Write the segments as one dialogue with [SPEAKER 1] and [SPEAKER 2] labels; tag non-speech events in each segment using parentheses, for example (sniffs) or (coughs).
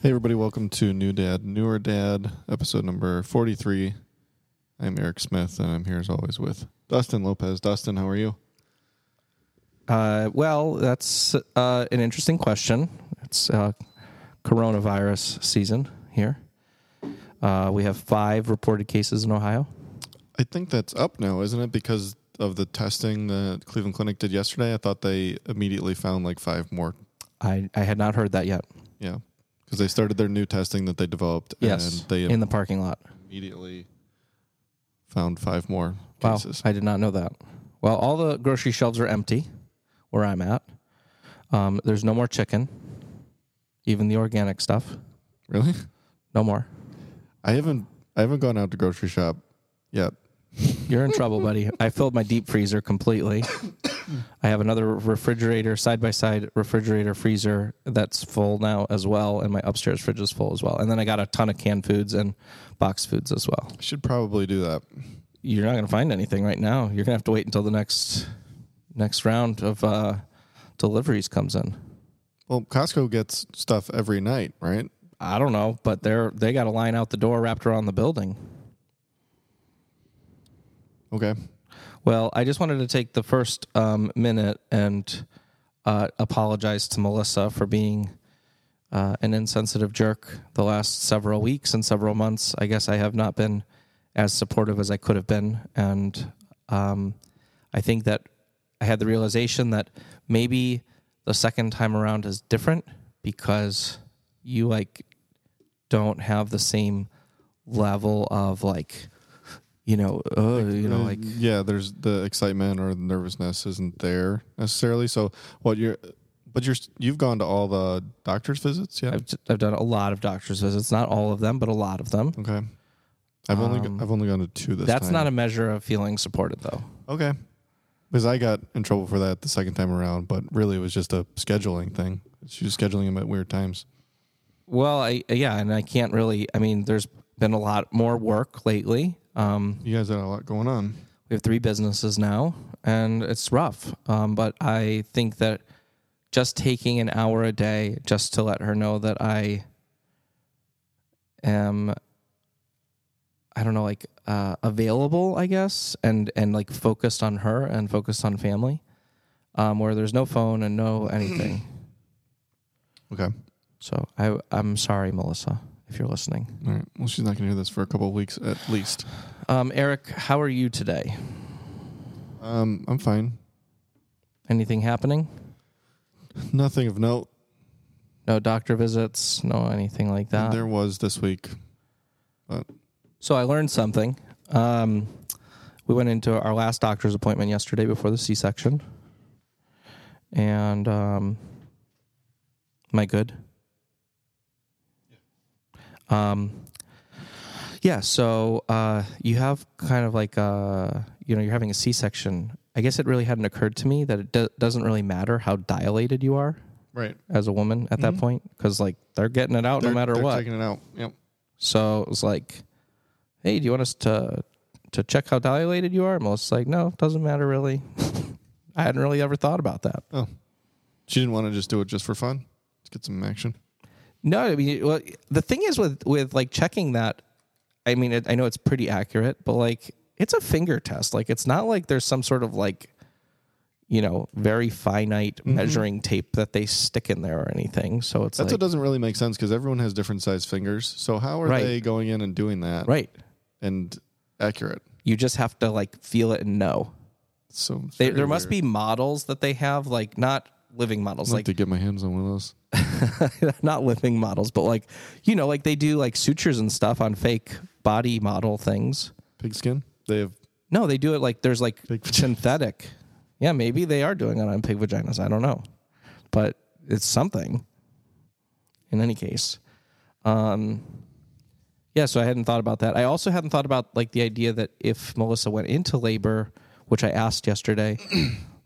[SPEAKER 1] Hey, everybody, welcome to New Dad, Newer Dad, episode number 43. I'm Eric Smith, and I'm here as always with Dustin Lopez. Dustin, how are you?
[SPEAKER 2] Uh, well, that's uh, an interesting question. It's uh, coronavirus season here. Uh, we have five reported cases in Ohio.
[SPEAKER 1] I think that's up now, isn't it? Because of the testing the Cleveland Clinic did yesterday, I thought they immediately found like five more.
[SPEAKER 2] I, I had not heard that yet.
[SPEAKER 1] Yeah. Because they started their new testing that they developed,
[SPEAKER 2] Yes,
[SPEAKER 1] and they
[SPEAKER 2] in the parking lot.
[SPEAKER 1] immediately found five more
[SPEAKER 2] Wow,
[SPEAKER 1] cases.
[SPEAKER 2] I did not know that. Well, all the grocery shelves are empty where I'm at. Um, there's no more chicken, even the organic stuff.
[SPEAKER 1] Really?
[SPEAKER 2] No more.
[SPEAKER 1] I haven't I haven't gone out to grocery shop yet.
[SPEAKER 2] You're in trouble, buddy. I filled my deep freezer completely. (coughs) I have another refrigerator, side by side refrigerator freezer that's full now as well, and my upstairs fridge is full as well. And then I got a ton of canned foods and box foods as well.
[SPEAKER 1] I should probably do that.
[SPEAKER 2] You're not going to find anything right now. You're going to have to wait until the next next round of uh, deliveries comes in.
[SPEAKER 1] Well, Costco gets stuff every night, right?
[SPEAKER 2] I don't know, but they're they got a line out the door wrapped around the building.
[SPEAKER 1] Okay.
[SPEAKER 2] Well, I just wanted to take the first um, minute and uh, apologize to Melissa for being uh, an insensitive jerk the last several weeks and several months. I guess I have not been as supportive as I could have been. And um, I think that I had the realization that maybe the second time around is different because you like don't have the same level of like, you know, uh, you know,
[SPEAKER 1] Uh,
[SPEAKER 2] like
[SPEAKER 1] yeah, there's the excitement or the nervousness isn't there necessarily. So what you're, but you're you've gone to all the doctor's visits, yeah?
[SPEAKER 2] I've, I've done a lot of doctor's visits, not all of them, but a lot of them.
[SPEAKER 1] okay. I've only go- I've only gone to two this
[SPEAKER 2] Um, That's
[SPEAKER 1] time.
[SPEAKER 2] not a measure of feeling supported, though.
[SPEAKER 1] okay. Because I got in trouble for that the second time around, but really it was just a scheduling thing. She was scheduling them at weird times.
[SPEAKER 2] Well, I yeah, and I can't really. I mean, there's been a lot more work lately. Um,
[SPEAKER 1] You guys had a lot going on.
[SPEAKER 2] we have three businesses now, and it's rough. Um, but I think that just taking an hour a day just to let her know that I am I don't know, like uh, available, I guess, and and like focused on her and focused on family, um, where there's no phone and no anything.
[SPEAKER 1] Okay. All
[SPEAKER 2] so I I'm sorry, Melissa, if you're listening.
[SPEAKER 1] right. Well, she's not going to hear this for a couple of weeks at least.
[SPEAKER 2] Um, Eric, how are you today?
[SPEAKER 1] Um, I'm fine. (laughs)
[SPEAKER 2] Anything happening?
[SPEAKER 1] Nothing of note.
[SPEAKER 2] No doctor visits, no anything like that.
[SPEAKER 1] there was this week.
[SPEAKER 2] So I learned something. Um, we went into our last doctor's appointment yesterday before the C-section, and um, am I good? Um, yeah. So uh, you have kind of like a, you know you're having a C-section. I guess it really hadn't occurred to me that it do- doesn't really matter how dilated you are
[SPEAKER 1] Right.
[SPEAKER 2] as a woman at that point because like they're getting it out
[SPEAKER 1] Mm-hmm. They're-
[SPEAKER 2] Oh, no matter
[SPEAKER 1] they're
[SPEAKER 2] what.
[SPEAKER 1] Taking it out. Yep.
[SPEAKER 2] So it was like, "Hey, do you want us to to check how dilated you are?" And Melissa's like, "No, doesn't matter really. (laughs) I hadn't really ever thought about that."
[SPEAKER 1] She didn't want to just do it just for fun. Let's get some action.
[SPEAKER 2] No, I mean, well, the thing is with with like checking that. I mean, it, I know it's pretty accurate, but like it's a finger test. Like it's not like there's some sort of like, you know, very finite measuring tape that they stick in there or anything. So it's
[SPEAKER 1] That's
[SPEAKER 2] like
[SPEAKER 1] what doesn't really make sense because everyone has different sized fingers. So how are
[SPEAKER 2] Right.
[SPEAKER 1] they going in and doing that
[SPEAKER 2] right.
[SPEAKER 1] and accurate?
[SPEAKER 2] You just have to like feel it and know.
[SPEAKER 1] So it's
[SPEAKER 2] They,
[SPEAKER 1] very
[SPEAKER 2] there must
[SPEAKER 1] weird.
[SPEAKER 2] be models that they have, like not living models,
[SPEAKER 1] I'd like
[SPEAKER 2] like
[SPEAKER 1] to get my hands on one of those.
[SPEAKER 2] (laughs) not living models, but like you know, like they do like sutures and stuff on fake body model things.
[SPEAKER 1] Pigskin. They have
[SPEAKER 2] No, they do it like there's like
[SPEAKER 1] Fake vaginas.
[SPEAKER 2] synthetic. Yeah, maybe they are doing it on pig vaginas. I don't know, but it's something. In any case, um, yeah. So I hadn't thought about that. I also hadn't thought about like the idea that if Melissa went into labor, which I asked yesterday,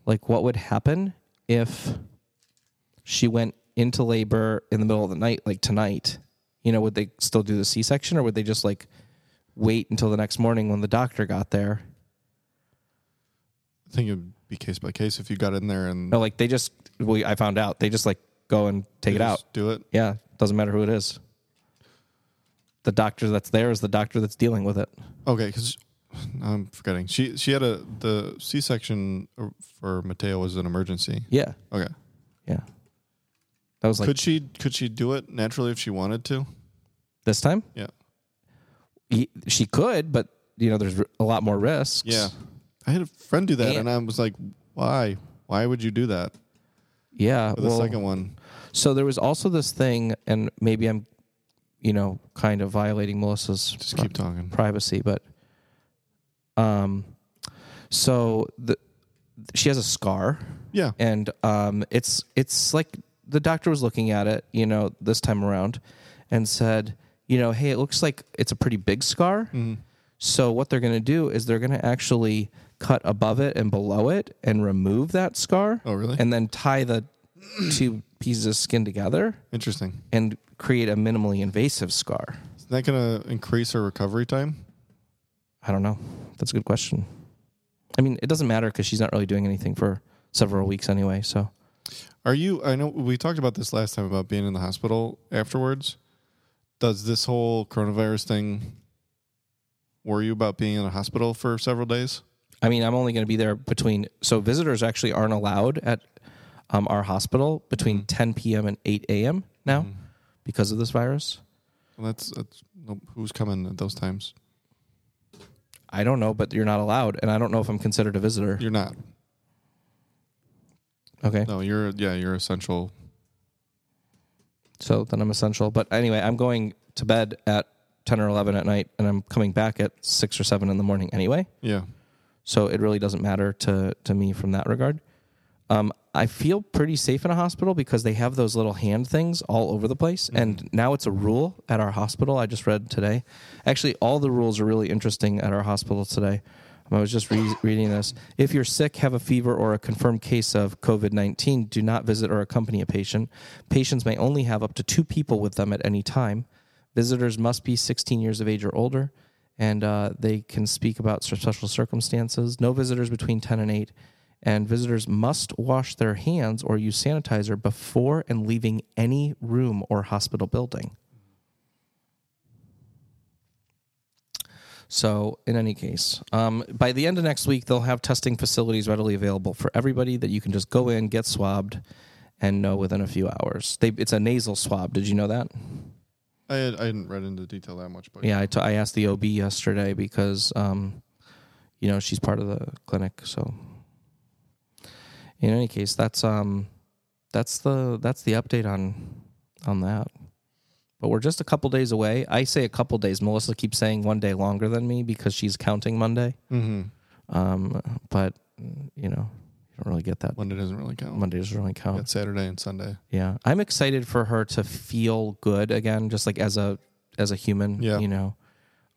[SPEAKER 2] like what would happen if she went into labor in the middle of the night, like tonight. You know, would they still do the C section, or would they just like wait until the next morning when the doctor got there?
[SPEAKER 1] I think it'd be case by case if you got in there and
[SPEAKER 2] No, like they just we I found out they just like go and take
[SPEAKER 1] they
[SPEAKER 2] it out.
[SPEAKER 1] just Do it.
[SPEAKER 2] Yeah, doesn't matter who it is. the doctor that's there is the doctor that's dealing with it.
[SPEAKER 1] Okay, because (sighs) I'm forgetting. She she had a the C-section uh, for Mateo was an emergency.
[SPEAKER 2] Yeah,
[SPEAKER 1] Okay,
[SPEAKER 2] yeah. That was like
[SPEAKER 1] could she could she do it naturally if she wanted to?
[SPEAKER 2] this time.
[SPEAKER 1] Yeah.
[SPEAKER 2] Ye- She could, but you know, there's r- a lot more risks.
[SPEAKER 1] Yeah, I had a friend do that,
[SPEAKER 2] And-
[SPEAKER 1] and, I was like, why? Why would you do that?
[SPEAKER 2] yeah.
[SPEAKER 1] For the
[SPEAKER 2] well,
[SPEAKER 1] second one,
[SPEAKER 2] So there was also this thing, and maybe I'm, you know, kind of violating Melissa's
[SPEAKER 1] just
[SPEAKER 2] pri-
[SPEAKER 1] keep talking.
[SPEAKER 2] privacy, but um, so the she has a scar,
[SPEAKER 1] Yeah,
[SPEAKER 2] and um, it's it's like the doctor was looking at it, you know, this time around, and said, you know, hey, it looks like it's a pretty big scar.
[SPEAKER 1] Mm-hmm.
[SPEAKER 2] So what they're going to do is they're going to actually cut above it and below it and remove that scar.
[SPEAKER 1] Oh, really?
[SPEAKER 2] And then tie the two pieces of skin together
[SPEAKER 1] interesting.
[SPEAKER 2] and create a minimally invasive scar.
[SPEAKER 1] Isn't that going to increase her recovery time?
[SPEAKER 2] I don't know. That's a good question. I mean, it doesn't matter because she's not really doing anything for several weeks anyway. So
[SPEAKER 1] Are you? I know we talked about this last time about being in the hospital afterwards. Does this whole coronavirus thing worry you about being in a hospital for several days?
[SPEAKER 2] I mean, I'm only going to be there between. So visitors actually aren't allowed at um, our hospital between 10 p.m. and 8 a.m. now
[SPEAKER 1] Mm-hmm.
[SPEAKER 2] because of this virus.
[SPEAKER 1] Well, that's that's no, who's coming at those times.
[SPEAKER 2] I don't know, but you're not allowed, and I don't know if I'm considered a visitor.
[SPEAKER 1] You're not.
[SPEAKER 2] Okay,
[SPEAKER 1] No, you're yeah, you're essential.
[SPEAKER 2] so then I'm essential. But anyway, I'm going to bed at 10 or 11 at night, and I'm coming back at six or seven in the morning anyway.
[SPEAKER 1] Yeah.
[SPEAKER 2] so it really doesn't matter to to me from that regard. Um, I feel pretty safe in a hospital because they have those little hand things all over the place, and now it's a rule at our hospital. I just read today. Actually, all the rules are really interesting at our hospital today. Um, I was just re- reading this. If you're sick, have a fever, or a confirmed case of COVID 19, do not visit or accompany a patient. Patients may only have up to two people with them at any time. Visitors must be 16 years of age or older, and uh, they can speak about special circumstances. No visitors between 10 and 8, and visitors must wash their hands or use sanitizer before and leaving any room or hospital building. So, in any case, um, by the end of next week, they'll have testing facilities readily available for everybody that you can just go in, get swabbed, and know within a few hours. They, it's a nasal swab. Did you know that?
[SPEAKER 1] I had, I hadn't read into detail that much, but
[SPEAKER 2] Yeah, I, t- I asked the OB yesterday because, um, you know, she's part of the clinic. So, in any case, that's um, that's the that's the update on on that. But we're just a couple days away. I say a couple days. Melissa keeps saying one day longer than me because she's counting Monday.
[SPEAKER 1] Mm-hmm.
[SPEAKER 2] Um, but you know, you don't really get that.
[SPEAKER 1] Monday doesn't really count.
[SPEAKER 2] Monday doesn't really count.
[SPEAKER 1] Got Saturday and Sunday.
[SPEAKER 2] Yeah, I'm excited for her to feel good again, just like as a as a human.
[SPEAKER 1] Yeah.
[SPEAKER 2] you know,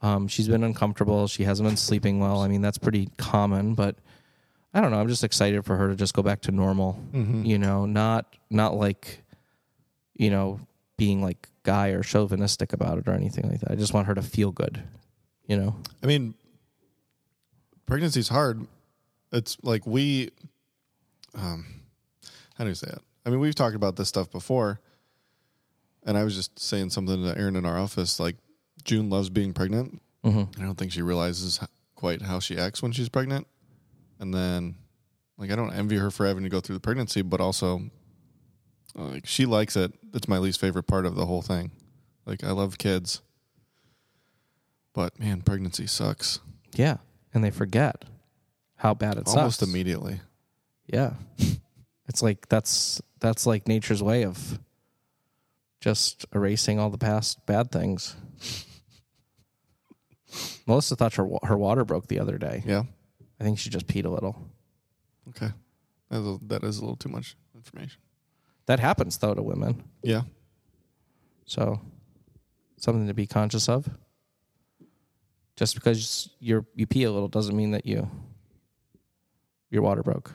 [SPEAKER 2] um, she's been uncomfortable. She hasn't been sleeping well. I mean, that's pretty common, but I don't know. I'm just excited for her to just go back to normal.
[SPEAKER 1] Mm-hmm.
[SPEAKER 2] You know, not not like, you know, being like guy or chauvinistic about it or anything like that. I just want her to feel good. You know.
[SPEAKER 1] I mean, pregnancy's hard. It's like we, um, how do you say it? I mean, we've talked about this stuff before, and I was just saying something to Erin in our office. Like, June loves being pregnant.
[SPEAKER 2] hmm
[SPEAKER 1] I don't think she realizes h- quite how she acts when she's pregnant, and then, like, I don't envy her for having to go through the pregnancy, but also, like, she likes it. That's my least favorite part of the whole thing. Like, I love kids, but man, pregnancy sucks.
[SPEAKER 2] Yeah, and they forget how bad it
[SPEAKER 1] almost
[SPEAKER 2] sucks. (laughs)
[SPEAKER 1] immediately.
[SPEAKER 2] Yeah. it's like that's that's like nature's way of just erasing all the past bad things. (laughs) Melissa thought her wa- her water broke the other day.
[SPEAKER 1] Yeah.
[SPEAKER 2] I think she just peed a little.
[SPEAKER 1] Okay. That is a, that is a little too much information.
[SPEAKER 2] That happens though to women.
[SPEAKER 1] Yeah.
[SPEAKER 2] So something to be conscious of. Just because you're you pee a little doesn't mean that you your water broke.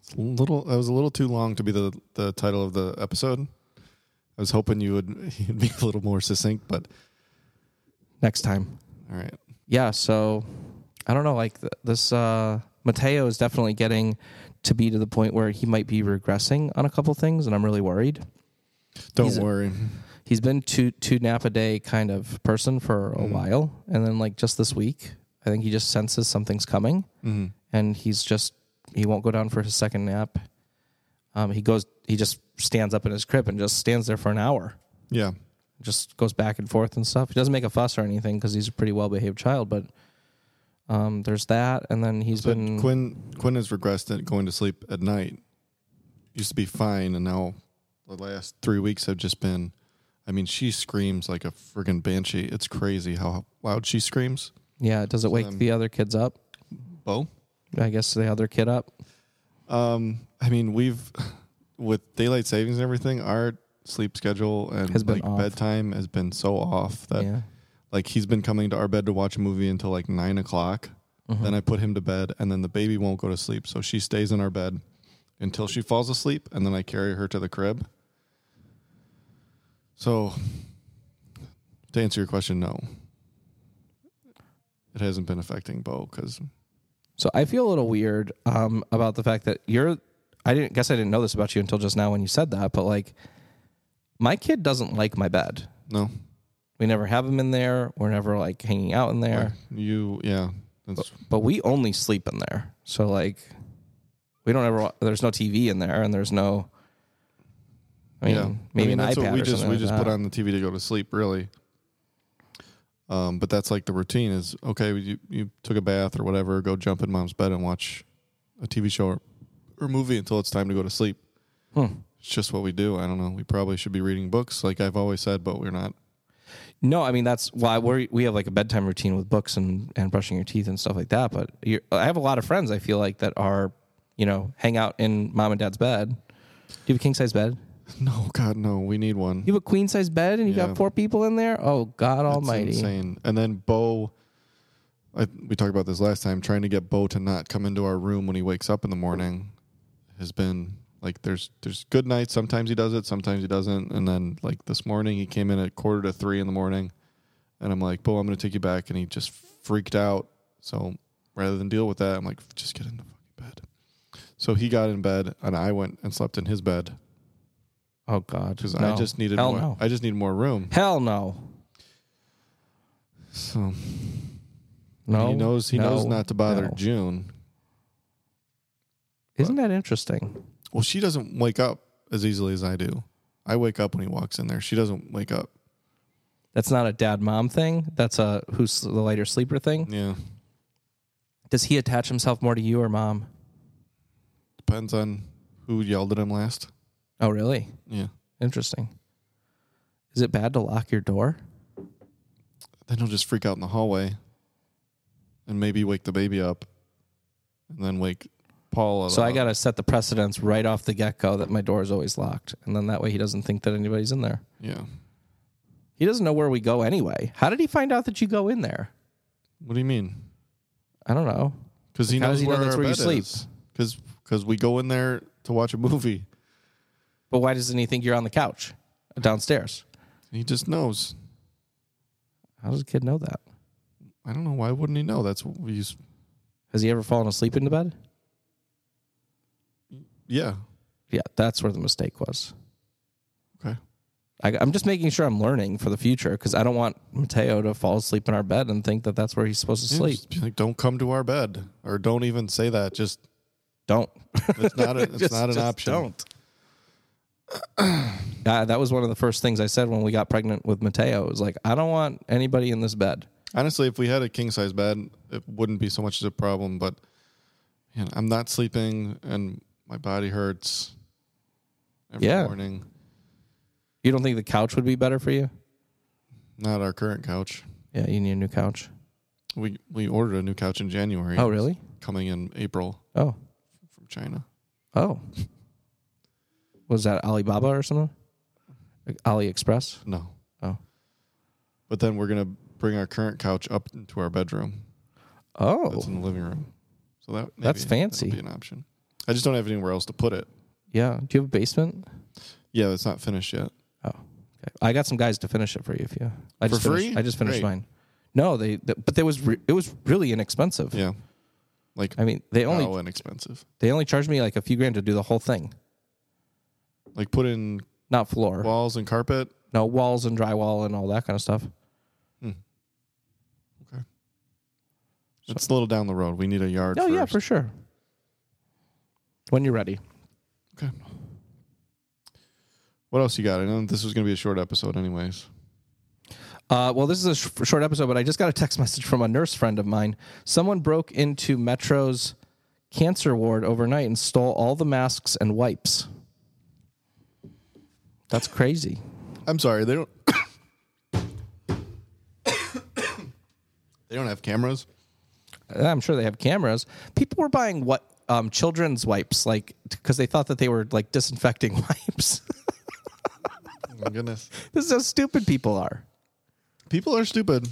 [SPEAKER 1] It's a little that was a little too long to be the the title of the episode. I was hoping you would (laughs) you'd be a little more succinct, but
[SPEAKER 2] Next time.
[SPEAKER 1] all right.
[SPEAKER 2] yeah, so I don't know. Like th- this, uh, Mateo is definitely getting to be to the point where he might be regressing on a couple things, and I'm really worried.
[SPEAKER 1] Don't
[SPEAKER 2] He's a-
[SPEAKER 1] worry.
[SPEAKER 2] he's been two two nap a day kind of person for a while, and then like just this week, I think he just senses something's coming,
[SPEAKER 1] Mm-hmm.
[SPEAKER 2] and he's just he won't go down for his second nap. Um, he goes, he just stands up in his crib and just stands there for an hour,
[SPEAKER 1] Yeah.
[SPEAKER 2] just goes back and forth and stuff. He doesn't make a fuss or anything because he's a pretty well behaved child, but. Um, there's that, and then he's
[SPEAKER 1] But
[SPEAKER 2] been
[SPEAKER 1] Quinn Quinn has regressed at going to sleep at night. Used to be fine, and now the last three weeks have just been. I mean, she screams like a friggin' banshee. It's crazy how loud she screams.
[SPEAKER 2] yeah. Does it wake
[SPEAKER 1] then-
[SPEAKER 2] the other kids up?
[SPEAKER 1] Bo,
[SPEAKER 2] I guess the other kid up.
[SPEAKER 1] um, I mean, we've (laughs) with daylight savings and everything, our sleep schedule and
[SPEAKER 2] Has been
[SPEAKER 1] like
[SPEAKER 2] off.
[SPEAKER 1] bedtime has been so off that
[SPEAKER 2] yeah.
[SPEAKER 1] like he's been coming to our bed to watch a movie until like nine o'clock. Then I put him to bed, and then the baby won't go to sleep, so she stays in our bed until she falls asleep, and then I carry her to the crib. So, to answer your question, no, it hasn't been affecting Bo because
[SPEAKER 2] So I feel a little weird um, about the fact that you're. I didn't guess I didn't know this about you until just now when you said that, but like, my kid doesn't like my bed.
[SPEAKER 1] no,
[SPEAKER 2] We never have him in there. We're never like hanging out in there.
[SPEAKER 1] you yeah, that's,
[SPEAKER 2] But we only sleep in there. So like, we don't ever. wa- There's no TV in there, and there's no. I mean,
[SPEAKER 1] yeah.
[SPEAKER 2] maybe an
[SPEAKER 1] that's
[SPEAKER 2] iPad.
[SPEAKER 1] what we
[SPEAKER 2] or
[SPEAKER 1] just
[SPEAKER 2] something
[SPEAKER 1] we
[SPEAKER 2] like
[SPEAKER 1] just
[SPEAKER 2] that.
[SPEAKER 1] put on the TV to go to sleep, really. Um, but that's like the routine is okay. You you took a bath or whatever, go jump in mom's bed and watch a TV show or, or movie until it's time to go to sleep.
[SPEAKER 2] Hmm.
[SPEAKER 1] It's just what we do. I don't know. We probably should be reading books, like I've always said, but we're not. (laughs)
[SPEAKER 2] No, I mean that's why we we have like a bedtime routine with books and and brushing your teeth and stuff like that. But you're, I have a lot of friends I feel like that are you know hang out in mom and dad's bed. Do you have a king size bed?
[SPEAKER 1] No, God, no. We need one.
[SPEAKER 2] You have a queen size bed and you
[SPEAKER 1] Yeah.
[SPEAKER 2] got four people in there. Oh God
[SPEAKER 1] It's
[SPEAKER 2] Almighty!
[SPEAKER 1] insane. And then Bo, I, we talked about this last time. Trying to get Bo to not come into our room when he wakes up in the morning has been like there's there's good nights. Sometimes he does it, sometimes he doesn't. And then like this morning, he came in at quarter to three in the morning, and I'm like, Bo, I'm gonna take you back, and he just freaked out. So rather than deal with that, I'm like, just get in the fucking bed. So he got in bed, and I went and slept in his bed
[SPEAKER 2] Oh God!
[SPEAKER 1] because
[SPEAKER 2] no.
[SPEAKER 1] I just needed
[SPEAKER 2] hell
[SPEAKER 1] more.
[SPEAKER 2] no
[SPEAKER 1] I just need more room.
[SPEAKER 2] hell no
[SPEAKER 1] So.
[SPEAKER 2] no.
[SPEAKER 1] he knows he knows
[SPEAKER 2] no,
[SPEAKER 1] not to bother
[SPEAKER 2] no.
[SPEAKER 1] June.
[SPEAKER 2] Isn't that interesting?
[SPEAKER 1] Well, she doesn't wake up as easily as I do. I wake up when he walks in there. She doesn't wake up.
[SPEAKER 2] That's not a dad mom thing. That's a who's the lighter sleeper thing.
[SPEAKER 1] Yeah,
[SPEAKER 2] Does he attach himself more to you or mom?
[SPEAKER 1] depends on who yelled at him last.
[SPEAKER 2] Oh really?
[SPEAKER 1] Yeah,
[SPEAKER 2] Interesting. Is it bad to lock your door?
[SPEAKER 1] then he'll just freak out in the hallway, and maybe wake the baby up, and then wake Paula.
[SPEAKER 2] So I
[SPEAKER 1] up.
[SPEAKER 2] got to set the precedence right off the get go that my door is always locked. And then that way he doesn't think that anybody's in there.
[SPEAKER 1] yeah.
[SPEAKER 2] He doesn't know where we go anyway. How did he find out that you go in there?
[SPEAKER 1] What do you mean?
[SPEAKER 2] I don't know.
[SPEAKER 1] Because he
[SPEAKER 2] Like, how
[SPEAKER 1] knows
[SPEAKER 2] does he know
[SPEAKER 1] where
[SPEAKER 2] that's
[SPEAKER 1] our
[SPEAKER 2] where you
[SPEAKER 1] bed
[SPEAKER 2] sleep?
[SPEAKER 1] Because we go in there to watch a movie.
[SPEAKER 2] But why doesn't he think you're on the couch downstairs?
[SPEAKER 1] He just knows.
[SPEAKER 2] How does a kid know that?
[SPEAKER 1] I don't know why wouldn't he know? That's what we use.
[SPEAKER 2] Has he ever fallen asleep in the bed?
[SPEAKER 1] Yeah.
[SPEAKER 2] Yeah, that's where the mistake was.
[SPEAKER 1] Okay.
[SPEAKER 2] I, I'm just making sure I'm learning for the future because I don't want Mateo to fall asleep in our bed and think that that's where he's supposed to
[SPEAKER 1] Yeah,
[SPEAKER 2] sleep.
[SPEAKER 1] just be like, don't come to our bed, or don't even say that. Just (laughs)
[SPEAKER 2] Don't.
[SPEAKER 1] it's not
[SPEAKER 2] (laughs)
[SPEAKER 1] a, it's
[SPEAKER 2] Just-
[SPEAKER 1] not an
[SPEAKER 2] just
[SPEAKER 1] option.
[SPEAKER 2] Don't. (clears throat) Uh, that was one of the first things I said when we got pregnant with Mateo. It was like, I don't want anybody in this bed.
[SPEAKER 1] Honestly, if we had a king size bed, it wouldn't be so much as a problem. But man, I'm not sleeping, and my body hurts every
[SPEAKER 2] Yeah.
[SPEAKER 1] morning.
[SPEAKER 2] You don't think the couch would be better for you?
[SPEAKER 1] Not our current couch.
[SPEAKER 2] Yeah, you need a new couch.
[SPEAKER 1] We we ordered a new couch in January.
[SPEAKER 2] Oh, really?
[SPEAKER 1] Coming in April
[SPEAKER 2] Oh,
[SPEAKER 1] from China.
[SPEAKER 2] oh. Was that Alibaba or something? Like AliExpress?
[SPEAKER 1] No.
[SPEAKER 2] Oh.
[SPEAKER 1] But then we're gonna bring our current couch up into our bedroom.
[SPEAKER 2] Oh,
[SPEAKER 1] That's in the living room. So that maybe
[SPEAKER 2] That's
[SPEAKER 1] that'll
[SPEAKER 2] fancy.
[SPEAKER 1] Be an option. I just don't have anywhere else to put it.
[SPEAKER 2] yeah. Do you have a basement?
[SPEAKER 1] Yeah, it's not finished yet.
[SPEAKER 2] Okay. I got some guys to finish it for you if you. I
[SPEAKER 1] For
[SPEAKER 2] just finished,
[SPEAKER 1] free?
[SPEAKER 2] I just finished
[SPEAKER 1] Great.
[SPEAKER 2] mine. No, they, th- but there was re- it was really inexpensive.
[SPEAKER 1] Yeah, Oh. like
[SPEAKER 2] I mean, they only
[SPEAKER 1] how inexpensive.
[SPEAKER 2] They only charged me like a few grand to do the whole thing,
[SPEAKER 1] Like put in
[SPEAKER 2] not floor.
[SPEAKER 1] walls and carpet
[SPEAKER 2] No, walls and drywall and all that kind of stuff.
[SPEAKER 1] It's a little down the road. We need a yard.
[SPEAKER 2] Oh
[SPEAKER 1] first.
[SPEAKER 2] yeah, for sure. When you're ready.
[SPEAKER 1] What else you got? I know this was going to be a short episode, anyways.
[SPEAKER 2] Uh, well, this is a sh- short episode, but I just got a text (laughs) message from a nurse friend of mine. Someone broke into Metro's cancer ward overnight and stole all the masks and wipes. That's crazy.
[SPEAKER 1] I'm sorry. They don't. (coughs) they don't have cameras.
[SPEAKER 2] I'm sure they have cameras. People were buying what um, children's wipes, like because they thought that they were like disinfecting (laughs) wipes.
[SPEAKER 1] Oh, my
[SPEAKER 2] (laughs)
[SPEAKER 1] goodness.
[SPEAKER 2] this is how stupid people are.
[SPEAKER 1] People are stupid.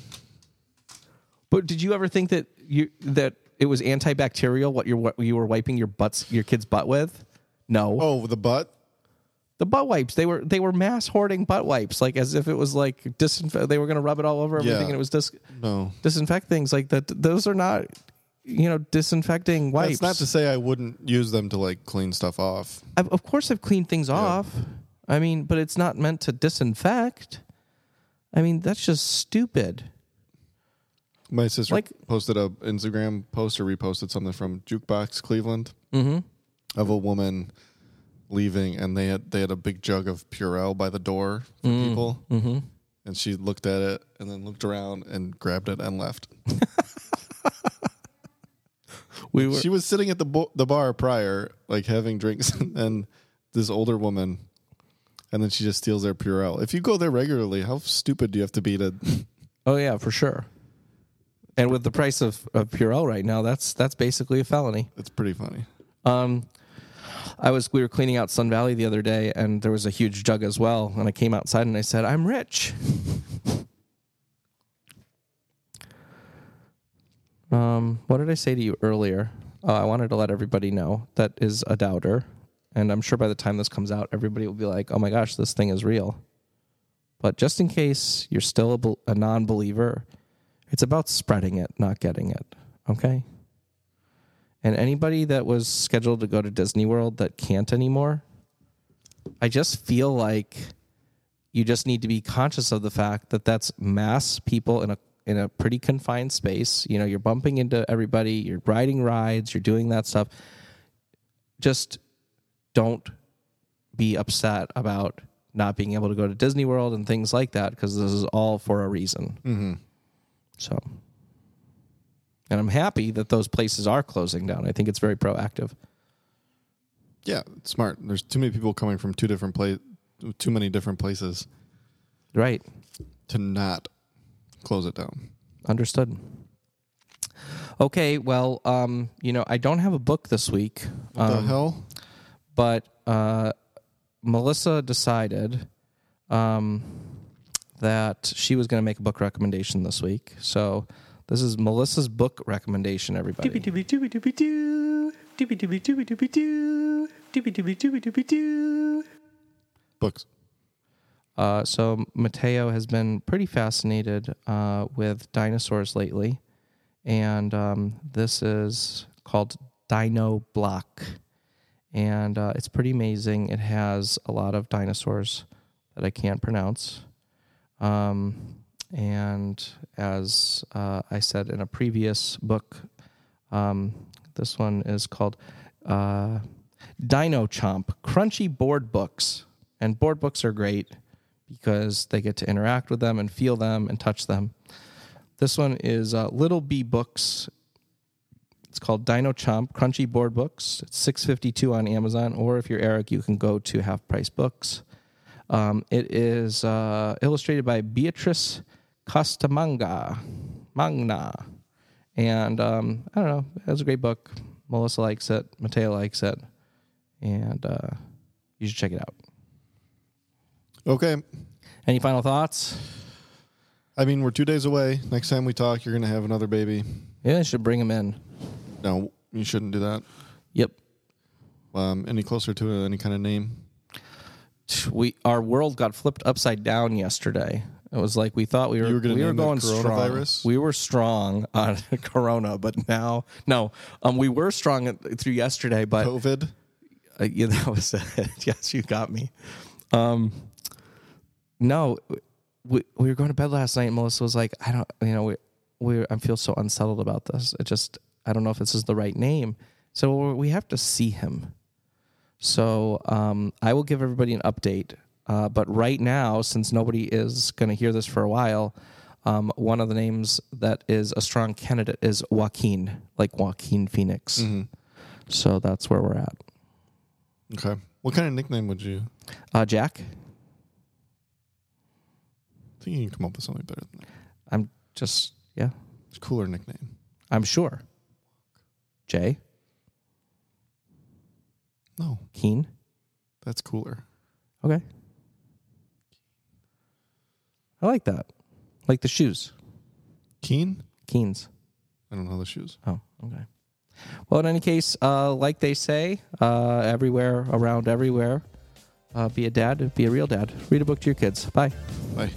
[SPEAKER 2] But did you ever think that you that it was antibacterial what you what you were wiping your butts your kid's butt with? No,
[SPEAKER 1] Oh, the butt.
[SPEAKER 2] the butt wipes they were they were mass hoarding butt wipes like as if it was like disinfect. They were going to rub it all over everything,
[SPEAKER 1] Yeah.
[SPEAKER 2] and it was dis-
[SPEAKER 1] No.
[SPEAKER 2] disinfect things like that. Those are not you know disinfecting wipes.
[SPEAKER 1] That's not to say I wouldn't use them to like clean stuff off.
[SPEAKER 2] I've, of course, I've cleaned things off. I mean, but it's not meant to disinfect. I mean, that's just stupid.
[SPEAKER 1] My sister
[SPEAKER 2] Like-
[SPEAKER 1] posted a Instagram post or reposted something from Jukebox Cleveland of a woman leaving, and they had they had a big jug of Purell by the door for people, mm-hmm. and she looked at it and then looked around and grabbed it and left.
[SPEAKER 2] We were
[SPEAKER 1] she was sitting at the bo- the bar prior, like having drinks, (laughs) and then this older woman, and then she just steals their Purell. If you go there regularly, how stupid do you have to be to? (laughs)
[SPEAKER 2] oh yeah, for sure. And with the price of, of Purell right now, that's that's basically a felony.
[SPEAKER 1] It's pretty funny.
[SPEAKER 2] Um, I was we were cleaning out Sun Valley the other day, and there was a huge jug as well. And I came outside and I said, "I'm rich." (laughs) um, what did I say to you earlier? Uh, I wanted to let everybody know that is a doubter, and I'm sure by the time this comes out, everybody will be like, "Oh my gosh, this thing is real." But just in case you're still a, bel- a non-believer, it's about spreading it, not getting it. Okay. And anybody that was scheduled to go to Disney World that can't anymore, I just feel like you just need to be conscious of the fact that that's mass people in a in a pretty confined space. You know, you're bumping into everybody, you're riding rides, you're doing that stuff. Just don't be upset about not being able to go to Disney World and things like that because this is all for a reason. So and I'm happy that those places are closing down. I think it's very proactive.
[SPEAKER 1] Yeah, it's smart. There's too many people coming from two different place, too many different places
[SPEAKER 2] Right.
[SPEAKER 1] to not close it down.
[SPEAKER 2] Understood. Okay, well, um, you know, I don't have a book this week,
[SPEAKER 1] What the
[SPEAKER 2] um,
[SPEAKER 1] hell?
[SPEAKER 2] but uh, Melissa decided um, that she was going to make a book recommendation this week. So this is Melissa's book recommendation, everybody.
[SPEAKER 3] Doobie doobie doobie doobie doo. Doobie doobie doobie doobie doo. Doobie doobie doobie doobie doo.
[SPEAKER 1] Books.
[SPEAKER 2] Uh, so Mateo has been pretty fascinated uh, with dinosaurs lately, and um, this is called Dino Block, and uh, it's pretty amazing. It has a lot of dinosaurs that I can't pronounce, um, and as uh, I said in a previous book, um, this one is called. Uh, Dino Chomp, crunchy board books. And board books are great because they get to interact with them and feel them and touch them. This one is uh, Little B Books. It's called Dino Chomp, crunchy board books. It's six fifty two on Amazon, or if you're Eric, you can go to Half Price Books. Um, it is uh, illustrated by Beatrice Costamanga, Magna, and um, I don't know. That's a great book. Melissa likes it. Mateo likes it, and uh, you should check it out.
[SPEAKER 1] Okay.
[SPEAKER 2] Any final thoughts?
[SPEAKER 1] I mean, we're two days away. Next time we talk, you're gonna have another baby.
[SPEAKER 2] Yeah, I should bring him in.
[SPEAKER 1] No, you shouldn't do that.
[SPEAKER 2] Yep. (sniffs)
[SPEAKER 1] Um, any closer to any kind of name?
[SPEAKER 2] We our world got flipped upside down yesterday. It was like we thought we were,
[SPEAKER 1] You were gonna
[SPEAKER 2] we were
[SPEAKER 1] name that
[SPEAKER 2] going strong.
[SPEAKER 1] coronavirus?
[SPEAKER 2] We were strong on (laughs) corona, but now no. Um, we were strong through yesterday, but (sniffs)
[SPEAKER 1] COVID.
[SPEAKER 2] (laughs) Uh, yeah, that was it. yes, you got me. Um, no, we, we were going to bed last night, and Melissa was like, I don't, you know, we, we, I feel so unsettled about this. It just, I don't know if this is the right name. So well, we have to see him. So um, I will give everybody an update. Uh, but right now, since nobody is going to hear this for a while, um, one of the names that is a strong candidate is Joaquin, like Joaquin Phoenix.
[SPEAKER 1] Mm. Mm-hmm.
[SPEAKER 2] So that's where we're at.
[SPEAKER 1] Okay. What kind of nickname would you
[SPEAKER 2] Uh, Jack,
[SPEAKER 1] I think? You can come up with something better than that.
[SPEAKER 2] I'm just, yeah,
[SPEAKER 1] It's a cooler nickname.
[SPEAKER 2] I'm sure. Jay,
[SPEAKER 1] No,
[SPEAKER 2] Keen.
[SPEAKER 1] that's cooler.
[SPEAKER 2] Okay. I like that. Like the shoes,
[SPEAKER 1] Keen?
[SPEAKER 2] Keens.
[SPEAKER 1] I don't know the shoes.
[SPEAKER 2] Oh, okay. Well, in any case, uh, like they say, uh, everywhere, around everywhere, uh, be a dad, be a real dad. Read a book to your kids. Bye.
[SPEAKER 1] Bye.